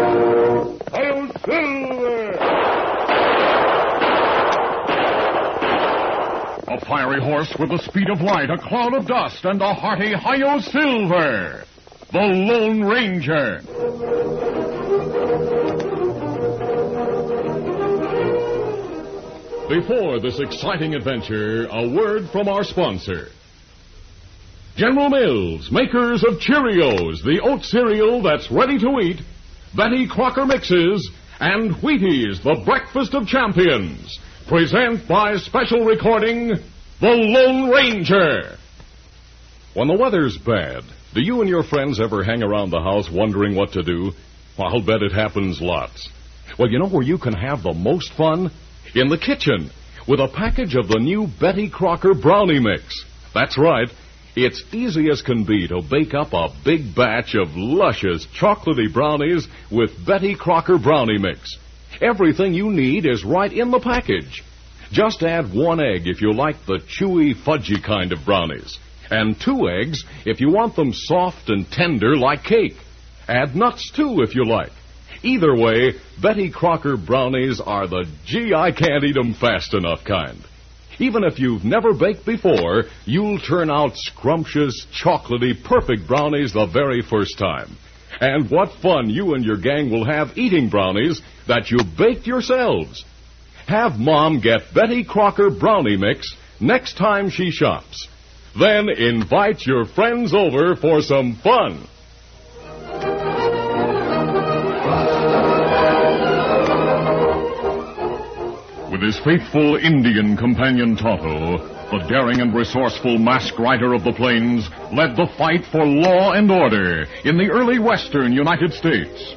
Hail Silver! A fiery horse with the speed of light, a cloud of dust, and a hearty Hail Silver! The Lone Ranger! Before this exciting adventure, a word from our sponsor. General Mills, makers of Cheerios, the oat cereal that's ready to eat, Betty Crocker mixes, and Wheaties, the breakfast of champions, present by special recording, The Lone Ranger. When the weather's bad, do you and your friends ever hang around the house wondering what to do? I'll bet it happens lots. Well, you know where you can have the most fun? In the kitchen, with a package of the new Betty Crocker Brownie Mix. That's right. It's easy as can be to bake up a big batch of luscious chocolatey brownies with Betty Crocker Brownie Mix. Everything you need is right in the package. Just add one egg if you like the chewy, fudgy kind of brownies, and two eggs if you want them soft and tender like cake. Add nuts, too, if you like. Either way, Betty Crocker brownies are the gee, I can't eat 'em fast enough kind. Even if you've never baked before, you'll turn out scrumptious, chocolatey, perfect brownies the very first time. And what fun you and your gang will have eating brownies that you baked yourselves. Have Mom get Betty Crocker Brownie Mix next time she shops. Then invite your friends over for some fun. With his faithful Indian companion Tonto, the daring and resourceful mask rider of the plains led the fight for law and order in the early western United States.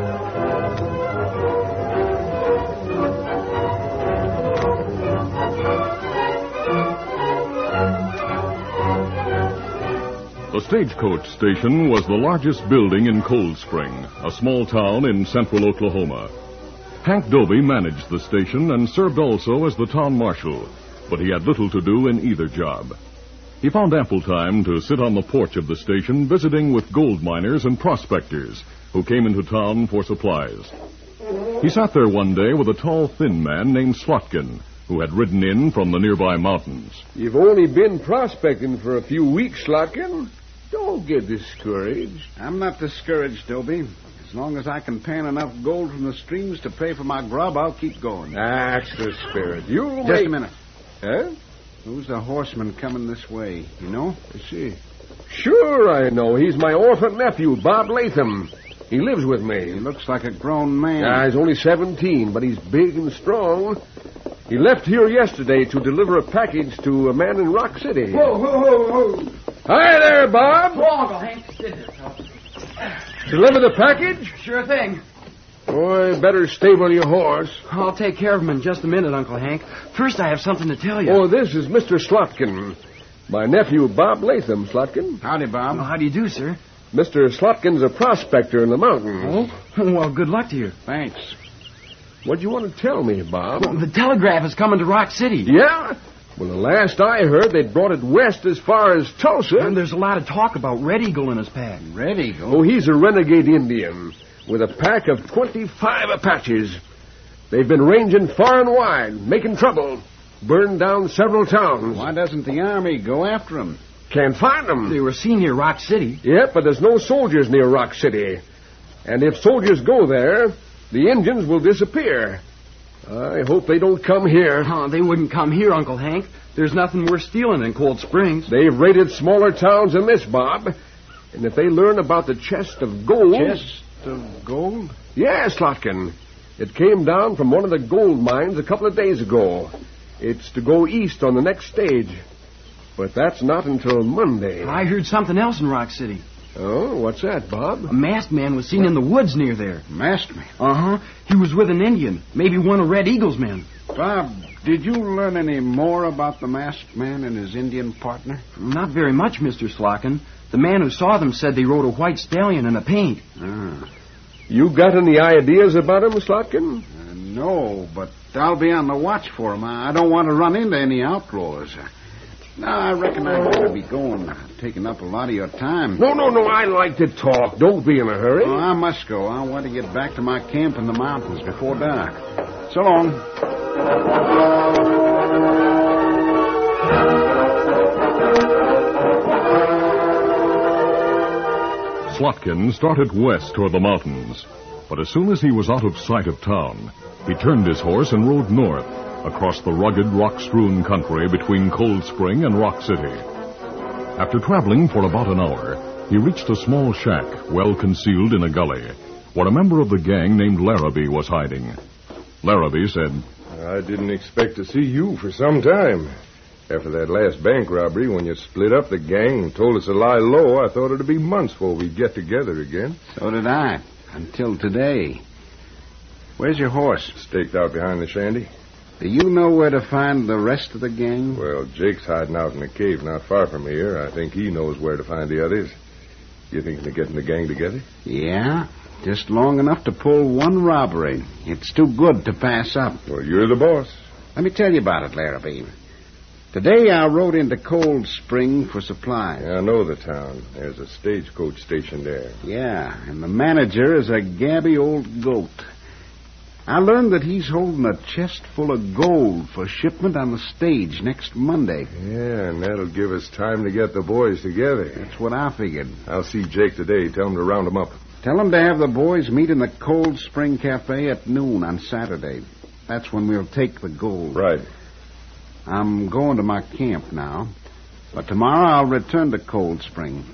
Away! The stagecoach station was the largest building in Cold Spring, a small town in central Oklahoma. Hank Doby managed the station and served also as the town marshal, but he had little to do in either job. He found ample time to sit on the porch of the station visiting with gold miners and prospectors who came into town for supplies. He sat there one day with a tall, thin man named Slotkin, who had ridden in from the nearby mountains. You've only been prospecting for a few weeks, Slotkin. Don't get discouraged. I'm not discouraged, Dobie. As long as I can pan enough gold from the streams to pay for my grub, I'll keep going. That's the spirit. You'll Just make... a minute. Huh? Who's the horseman coming this way? You know? Let's see. Sure, I know. He's my orphan nephew, Bob Latham. He lives with He me. looks like a grown man. Ah, he's only 17, but he's big and strong. He left here yesterday to deliver a package to a man in Rock City. Whoa, whoa, whoa, whoa. Hi there, Bob. Boggle, Hank. Sit here, pal. Deliver the package? Sure thing. Boy, better stable your horse. I'll take care of him in just a minute, Uncle Hank. First, I have something to tell you. Oh, this is Mr. Slotkin. My nephew, Bob Latham, Slotkin. Howdy, Well, Bob. how do you do, sir? Mr. Slotkin's a prospector in the Oh. mountains. Oh, Well, good luck to you. Thanks. What do you want to tell me, Bob? The telegraph is coming to Rock City. Yeah? Well, the last I heard, they'd brought it west as far as And Tulsa. there's a lot of talk about Red Eagle in his pack. Red Eagle? Oh, he's a renegade Indian with a pack of 25 Apaches. They've been ranging far and wide, making trouble. Burned down several towns. Why doesn't the army go after him? Can't find them. They were seen near Rock City. Yep, but there's no soldiers near Rock City. And if soldiers go there, the Indians will disappear. I hope they don't come here. Oh, they wouldn't come here, Uncle Hank. There's nothing worth stealing in Cold Springs. They've raided smaller towns than this, Bob. And if they learn about the chest of gold. Chest of gold? Yes, Slotkin. It came down from one of the gold mines a couple of days ago. It's to go east on the next stage. But that's not until Monday. I heard something else in Rock City. Oh, what's that, Bob? A masked man was seen in the woods near there. Masked man. Uh huh. He was with an Indian, maybe one of Red Eagle's men. Bob, did you learn any more about the masked man and his Indian partner? Not very much, Mr. Slockin. The man who saw them said they rode a white stallion in a paint. Ah, You got any ideas about him, Slotkin? uh, no, but I'll be on the watch for him. I I don't want to run into any outlaws. No, I reckon I gotta be going. Taking up a lot of your time. No, no, no. I like to talk. Don't be in a hurry. Oh, I must go. I want to get back to my camp in the mountains before dark. So long. Slotkin started west toward the mountains, but as soon as he was out of sight of town, he turned his horse and rode north across the rugged, rock strewn country between Cold Spring and Rock City. After traveling for about an hour, he reached a small shack well concealed in a gully where a member of the gang named Larrabee was hiding. Larrabee said, I didn't expect to see you for some time. After that last bank robbery, when you split up the gang and told us to lie low, I thought it'd be months before we'd get together again. So did I, until today. Where's your horse? Staked out behind the shanty. Do you know where to find the rest of the gang? Well, Jake's hiding out in a cave not far from here. I think he knows where to find the others. You thinking of getting the gang together? Yeah, just long enough to pull one robbery. It's too good to pass up. Well, you're the boss. Let me tell you about it, Larrabee. Today I rode into Cold Spring for supplies. I know the town. There's a stagecoach station there. Yeah, and the manager is a gabby old goat. I learned that he's holding a chest full of gold for shipment on the stage next Monday. Yeah, and that'll give us time to get the boys together. That's what I figured. I'll see Jake today. Tell him to round 'em up. Tell 'em to have the boys meet in the Cold Spring Cafe at noon on Saturday. That's when we'll take the gold. Right. I'm going to my camp now, but tomorrow I'll return to Cold Spring.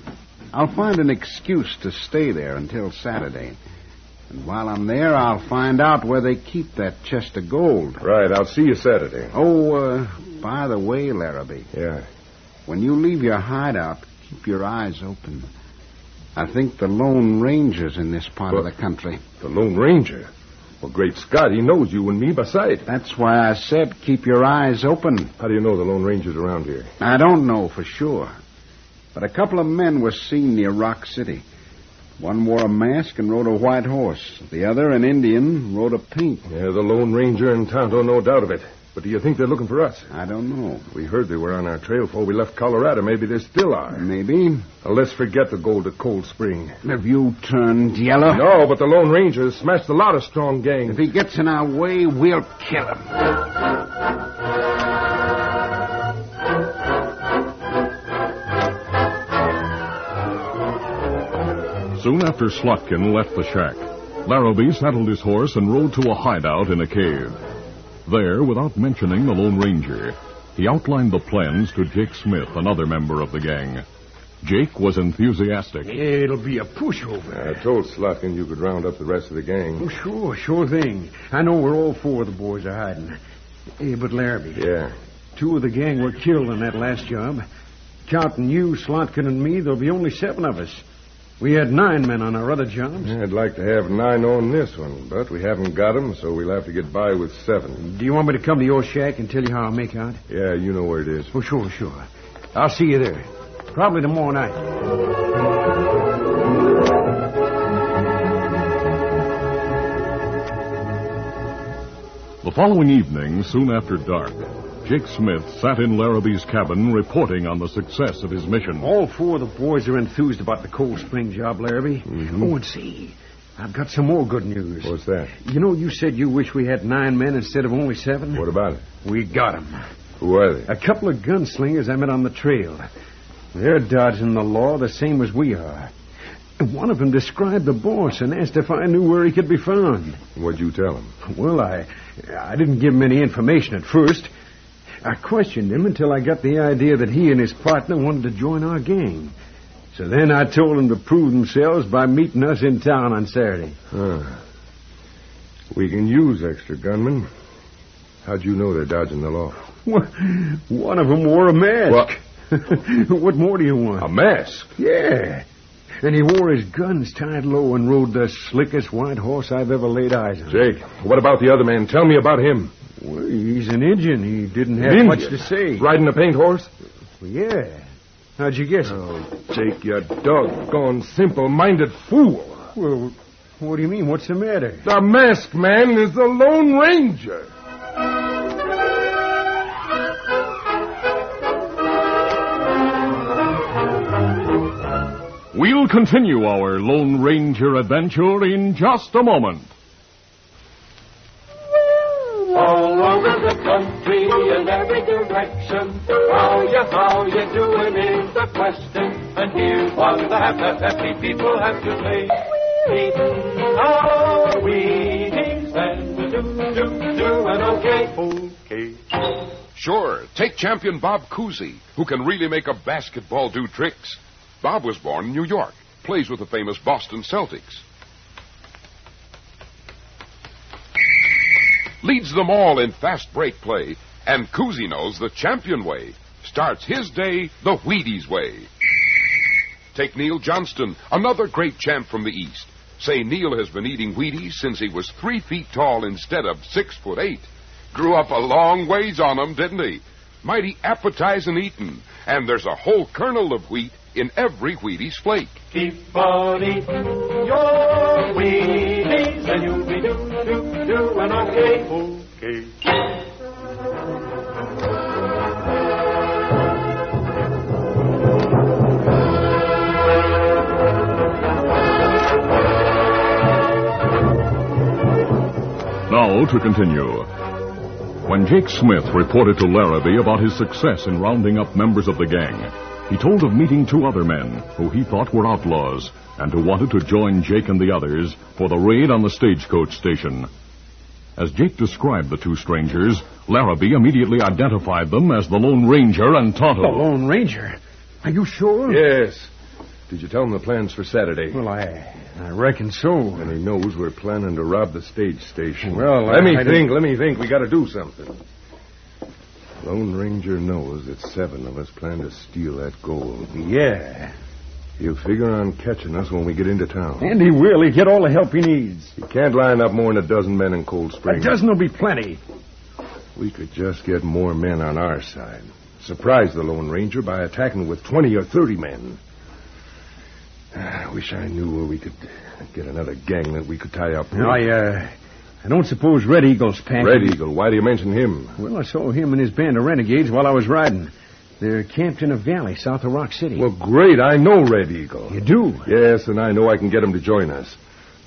I'll find an excuse to stay there until Saturday. And while I'm there, I'll find out where they keep that chest of gold. Right. I'll see you Saturday. Oh, uh, by the way, Larrabee, Yeah. when you leave your hideout, keep your eyes open. I think the Lone Ranger's in this part of What? the country. The Lone Ranger. Well, great Scott, he knows you and me by sight. That's why I said keep your eyes open. How do you know the Lone Ranger's around here? I don't know for sure, but a couple of men were seen near Rock City. One wore a mask and rode a white horse. The other, an Indian, rode a paint. Yeah, the Lone Ranger and Tonto, no doubt of it. But do you think they're looking for us? I don't know. We heard they were on our trail before we left Colorado. Maybe they still are. Maybe. Now, let's forget the gold at Cold Spring. Have you turned yellow? No, but the Lone Ranger has smashed a lot of strong If gangs. he gets in our way, we'll kill him. Soon after Slotkin left the shack, Larrabee saddled his horse and rode to a hideout in a cave. There, without mentioning the Lone Ranger, he outlined the plans to Jake Smith, another member of the gang. Jake was enthusiastic. It'll be a pushover. I told Slotkin you could round up the rest of the gang. Oh, sure, sure thing. I know where all four of the boys are hiding. Eh, but Larrabee, Yeah. two of the gang were killed in that last job. Counting you, Slotkin, and me, there'll be only seven of us. We had nine men on our other jobs. I'd like to have nine on this one, but we haven't got 'em, so we'll have to get by with seven. Do you want me to come to your shack and tell you how I make out? Yeah, you know where it is. Oh, sure, sure. I'll see you there. Probably tomorrow night. The following evening, soon after dark, Jake Smith sat in Larrabee's cabin reporting on the success of his mission. All four of the boys are enthused about the Cold Spring job, Larrabee. Oh, and see, I've got some more good news. What's that? You know, you said you wish we had nine men instead of only seven. What about it? We got 'em. Who are they? A couple of gunslingers I met on the trail. They're dodging the law the same as we are. One of them described the boss and asked if I knew where he could be found. What'd you tell him? Well, I, I didn't give him any information at first. I questioned him until I got the idea that he and his partner wanted to join our gang. So then I told them to prove themselves by meeting us in town on Saturday. Huh. We can use extra gunmen. How'd you know they're dodging the law? Wha- One of them wore a mask. What, more do you want? A mask. Yeah. And he wore his guns tied low and rode the slickest white horse I've ever laid eyes on. Jake, what about the other man? Tell me about him. Well, he's an Indian. He didn't have Indian. much to say. Riding a paint horse? Oh, Yeah. How'd you guess? Uh. it? Jake, you doggone simple minded fool. Well, what do you mean? What's the matter? The masked man is the Lone Ranger. We'll continue our Lone Ranger adventure in just a moment. All over the country in every direction. How you, how you doing is the question. And here's what the hap- happy people have to say. Eating our Wheaties and do, do, do an okay. Okay. Sure, take champion Bob Cousy, who can really make a basketball do tricks. Bob was born in New York, plays with the famous Boston Celtics. Leads them all in fast break play, and Cousy knows the champion way. Starts his day the Wheaties way. Take Neil Johnston, another great champ from the East. Say Neil has been eating Wheaties since he was three feet tall instead of six foot eight. Grew up a long ways on 'em, didn't he? Mighty appetizing eating. And there's a whole kernel of wheat in every Wheaties flake. Keep on eating your Wheaties and you'll be do, do, do an okay. Okay. Now to continue. When Jake Smith reported to Larrabee about his success in rounding up members of the gang, he told of meeting two other men who he thought were outlaws and who wanted to join Jake and the others for the raid on the stagecoach station. As Jake described the two strangers, Larrabee immediately identified them as the Lone Ranger and Tonto. The Lone Ranger. Are you sure? Yes. Did you tell him the plans for Saturday? Well, I, I reckon so. and he knows we're planning to rob the stage station. Well, let I- me I think. Let me think. We got to do something. Lone Ranger knows that seven of us plan to steal that gold. Yeah. He'll figure on catching us when we get into town. And he will. He'll get all the help he needs. He can't line up more than a dozen men in Cold A Spring. dozen will be plenty. We could just get more men on our side. Surprise the Lone Ranger by attacking with 20 or 30 men. I wish I knew where we could get another gang that we could tie up with. I, uh, I don't suppose Red Eagle's packing. Red Eagle, why do you mention him? Well, I saw him and his band of renegades while I was riding. They're camped in a valley south of Rock City. Well, great. I know Red Eagle. you do? Yes, and I know I can get him to join us.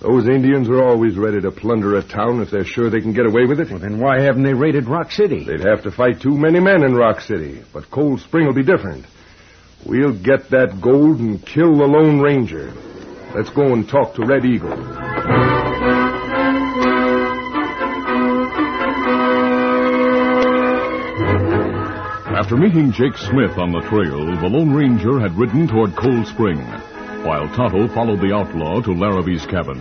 Those Indians are always ready to plunder a town if they're sure they can get away with it. Well, then why haven't they raided Rock City? They'd have to fight too many men in Rock City, but Cold Spring will be different. We'll get that gold and kill the Lone Ranger. Let's go and talk to Red Eagle. After meeting Jake Smith on the trail, the Lone Ranger had ridden toward Cold Spring, while Tonto followed the outlaw to Larrabee's cabin.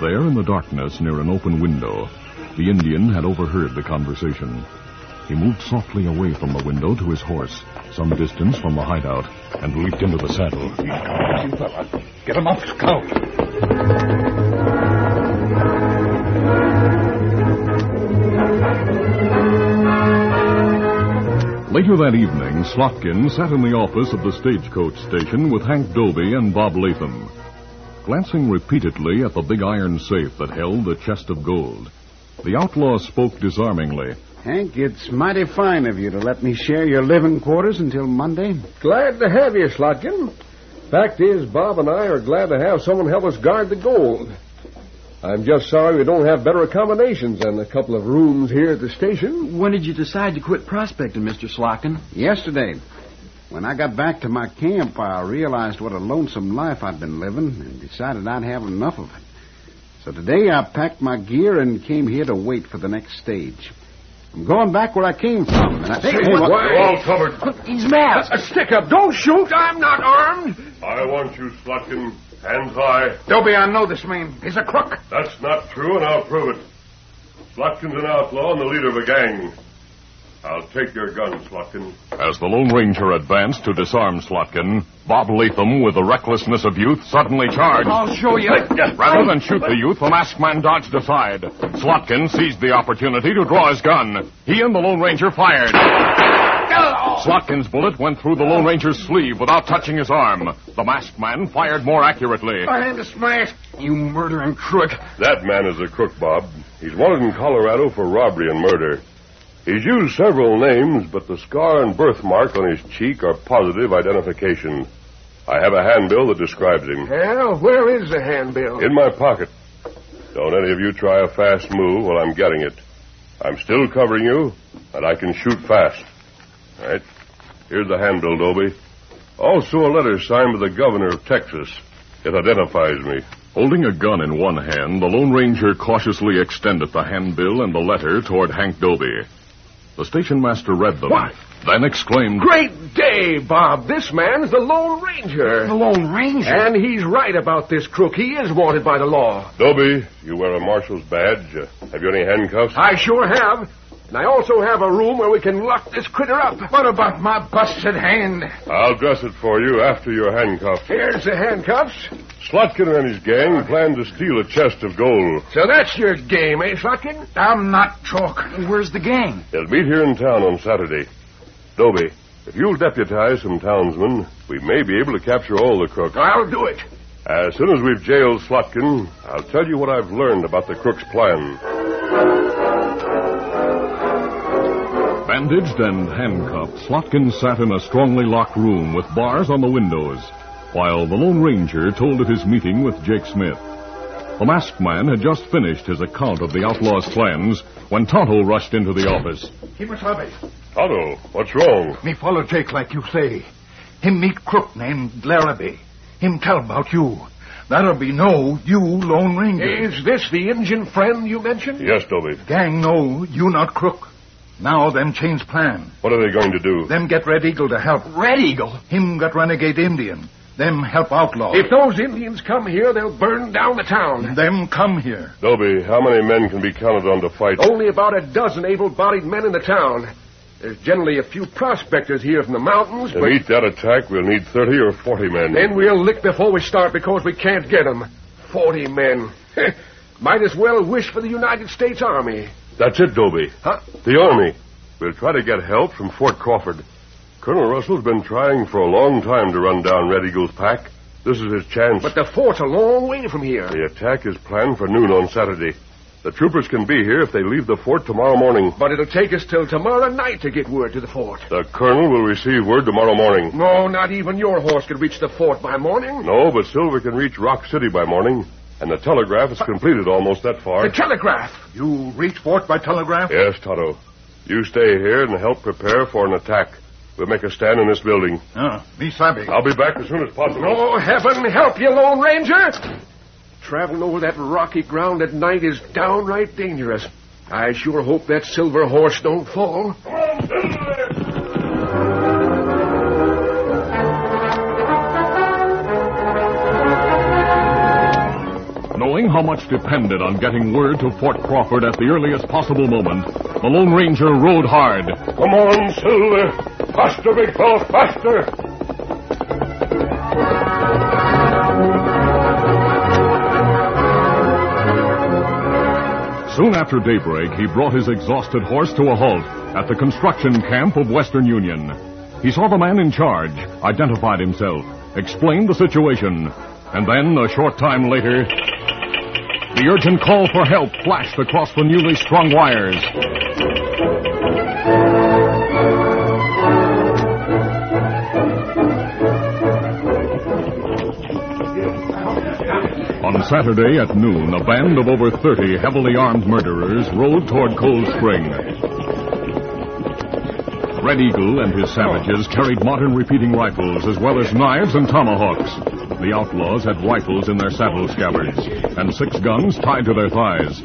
There, in the darkness near an open window, the Indian had overheard the conversation. He moved softly away from the window to his horse, some distance from the hideout, and leaped into the saddle. Get him up, Scout. Later that evening, Slotkin sat in the office of the stagecoach station with Hank Doby and Bob Latham. Glancing repeatedly at the big iron safe that held the chest of gold, the outlaw spoke disarmingly. Hank, it's mighty fine of you to let me share your living quarters until Monday. Glad to have you, Slotkin. Fact is, Bob and I are glad to have someone help us guard the gold. I'm just sorry we don't have better accommodations than a couple of rooms here at the station. When did you decide to quit prospecting, Mr. Slotkin? Yesterday, when I got back to my camp, I realized what a lonesome life I'd been living and decided I'd have enough of it. So today I packed my gear and came here to wait for the next stage. I'm going back where I came from, and I think all covered. He's mad. Stick up. Don't shoot. I'm not armed. I want you, Slotkin. Hands high. Dobie, I know this man. He's a crook. That's not true, and I'll prove it. Slotkin's an outlaw and the leader of a gang. I'll take your gun, Slotkin. As the Lone Ranger advanced to disarm Slotkin, Bob Latham, with the recklessness of youth, suddenly charged. I'll show you. Rather than shoot the youth, the masked man dodged aside. Slotkin seized the opportunity to draw his gun. He and the Lone Ranger fired. Slotkin's bullet went through the Lone Ranger's sleeve without touching his arm. The masked man fired more accurately. My hand is smashed. You murdering crook. That man is a crook, Bob. He's wanted in Colorado for robbery and murder. He's used several names, but the scar and birthmark on his cheek are positive identification. I have a handbill that describes him. Well, where is the handbill? In my pocket. Don't any of you try a fast move while I'm getting it. I'm still covering you, and I can shoot fast. All right. Here's the handbill, Dobie. Also a letter signed by the governor of Texas. It identifies me. Holding a gun in one hand, the Lone Ranger cautiously extended the handbill and the letter toward Hank Dobie. The station master read them, Why? then exclaimed, Great day, Bob. This man's the Lone Ranger. The Lone Ranger. And he's right about this crook. He is wanted by the law. Dobie, you wear a marshal's badge. Uh, Have you any handcuffs? I sure have. And I also have a room where we can lock this critter up. What about my busted hand? I'll dress it for you after you're handcuffed. Here's the handcuffs. Slotkin and his gang plan to steal a chest of gold. So that's your game, eh, Slotkin? I'm not talking. Where's the gang? They'll meet here in town on Saturday. Dobie, if you'll deputize some townsmen, we may be able to capture all the crooks. I'll do it. As soon as we've jailed Slotkin, I'll tell you what I've learned about the crook's plan. Bandaged and handcuffed, Slotkin sat in a strongly locked room with bars on the windows, while the Lone Ranger told of his meeting with Jake Smith. The masked man had just finished his account of the outlaw's plans when Tonto rushed into the office. Keep us up. Tonto, what's wrong? Me follow Jake like you say. Him meet crook named Larrabee. Him tell about you. That'll be no you Lone Ranger. Is this the Injun friend you mentioned? Yes, Dobie. Gang know you not crook. Now them change plan. What are they going to do? Them get Red Eagle to help. Red Eagle. Him got renegade Indian. Them help outlaw. If those Indians come here, they'll burn down the town. them come here. Dobie, how many men can be counted on to fight? Only about a dozen able-bodied men in the town. There's generally a few prospectors here from the mountains, To but meet that attack, we'll need 30 or 40 men. then we'll lick before we start because we can't get 'em. Forty men. Might as well wish for the United States Army. That's it, Dobie. Huh? The Army. We'll try to get help from Fort Crawford. Colonel Russell's been trying for a long time to run down Red Eagle's pack. This is his chance. But the fort's a long way from here. The attack is planned for noon on Saturday. The troopers can be here if they leave the fort tomorrow morning. But it'll take us till tomorrow night to get word to the fort. The colonel will receive word tomorrow morning. No, not even your horse could reach the fort by morning. No, but Silver can reach Rock City by morning, and the telegraph is completed almost that far. The telegraph. You reach fort by telegraph? Yes, Toto. You stay here and help prepare for an attack. We'll make a stand in this building. Ah, me sabe. I'll be back as soon as possible. Oh, heaven help you, Lone Ranger! Traveling over that rocky ground at night is downright dangerous. I sure hope that silver horse don't fall. Knowing how much depended on getting word to Fort Crawford at the earliest possible moment, the Lone Ranger rode hard. Come on, Silver. Faster, big fellow, faster. Soon after daybreak, he brought his exhausted horse to a halt at the construction camp of Western Union. He saw the man in charge, identified himself, explained the situation, and then, a short time later, the urgent call for help flashed across the newly strung wires. On Saturday at noon, a band of over 30 heavily armed murderers rode toward Cold Spring. Red Eagle and his savages carried modern repeating rifles as well as knives and tomahawks. The outlaws had rifles in their saddle scabbards and six guns tied to their thighs.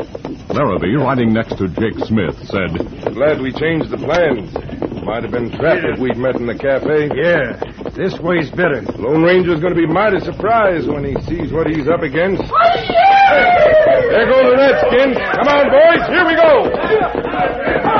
Larrabee, riding next to Jake Smith, said, Glad we changed the plans. Might have been trapped if we'd met in the cafe. Yeah. This way's better. Lone Ranger's going to be mighty surprised when he sees what he's up against. There goes the Redskins. Come on, boys. Here we go.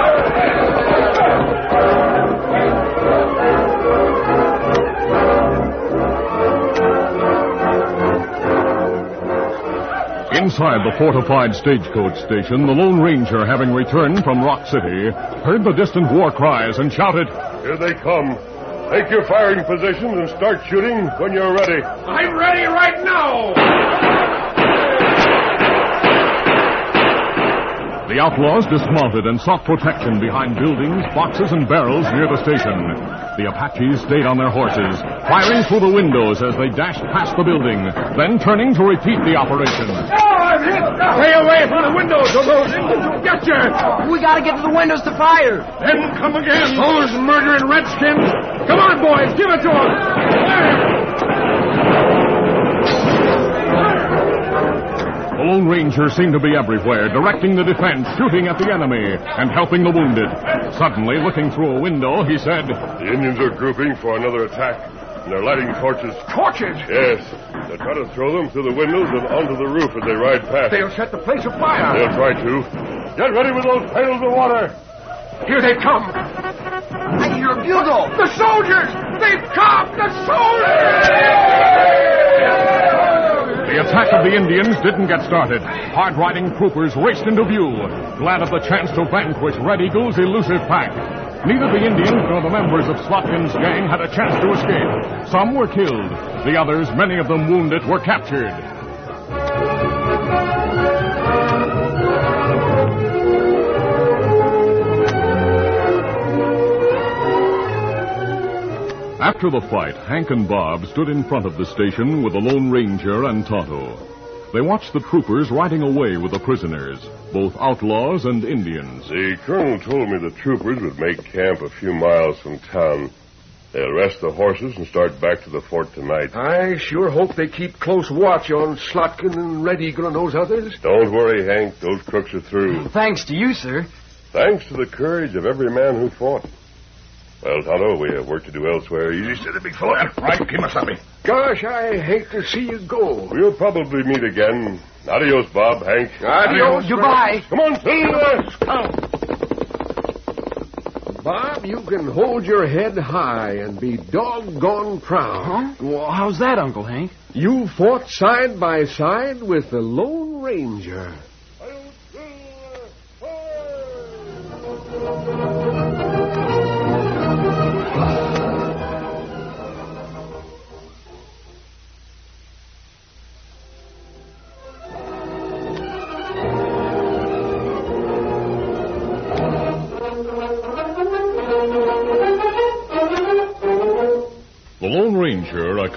Inside the fortified stagecoach station, the Lone Ranger, having returned from Rock City, heard the distant war cries and shouted, Here they come. Take your firing positions and start shooting when you're ready. I'm ready right now. The outlaws dismounted and sought protection behind buildings, boxes, and barrels near the station. The Apaches stayed on their horses, firing through the windows as they dashed past the building, then turning to repeat the operation. Stay away from the windows or those Indians will get you. We gotta get to the windows to fire. Then come again. Those murdering redskins. Come on, boys. Give it to them. The Lone Ranger seemed to be everywhere, directing the defense, shooting at the enemy, and helping the wounded. Suddenly, looking through a window, he said, The Indians are grouping for another attack, and they're lighting torches. Torches. Yes. They're trying to throw them through the windows and onto the roof as they ride past. They'll set the place afire. They'll try to. Get ready with those pails of water. Here they come. I hear a bugle. The soldiers. They've come. The soldiers. The attack of the Indians didn't get started. Hard riding troopers raced into view, glad of the chance to vanquish Red Eagle's elusive pack. Neither the Indians nor the members of Slotkin's gang had a chance to escape. Some were killed. The others, many of them wounded, were captured. After the fight, Hank and Bob stood in front of the station with the Lone Ranger and Tonto. They watched the troopers riding away with the prisoners, both outlaws and Indians. The colonel told me the troopers would make camp a few miles from town. They'll rest the horses and start back to the fort tonight. I sure hope they keep close watch on Slotkin and Red Eagle and those others. Don't worry, Hank. Those crooks are through. Thanks to you, sir. Thanks to the courage of every man who fought. Well, Tonto, we have work to do elsewhere. Easy city, big fellow. Right, Kimasabi. Gosh, I hate to see you go. We'll probably meet again. Adios, Bob, Hank. Adios, Goodbye. Come on, Silver. Oh. Bob, you can hold your head high and be doggone proud. Huh? Well, how's that, Uncle Hank? You fought side by side with the Lone Ranger. The Lone Ranger, a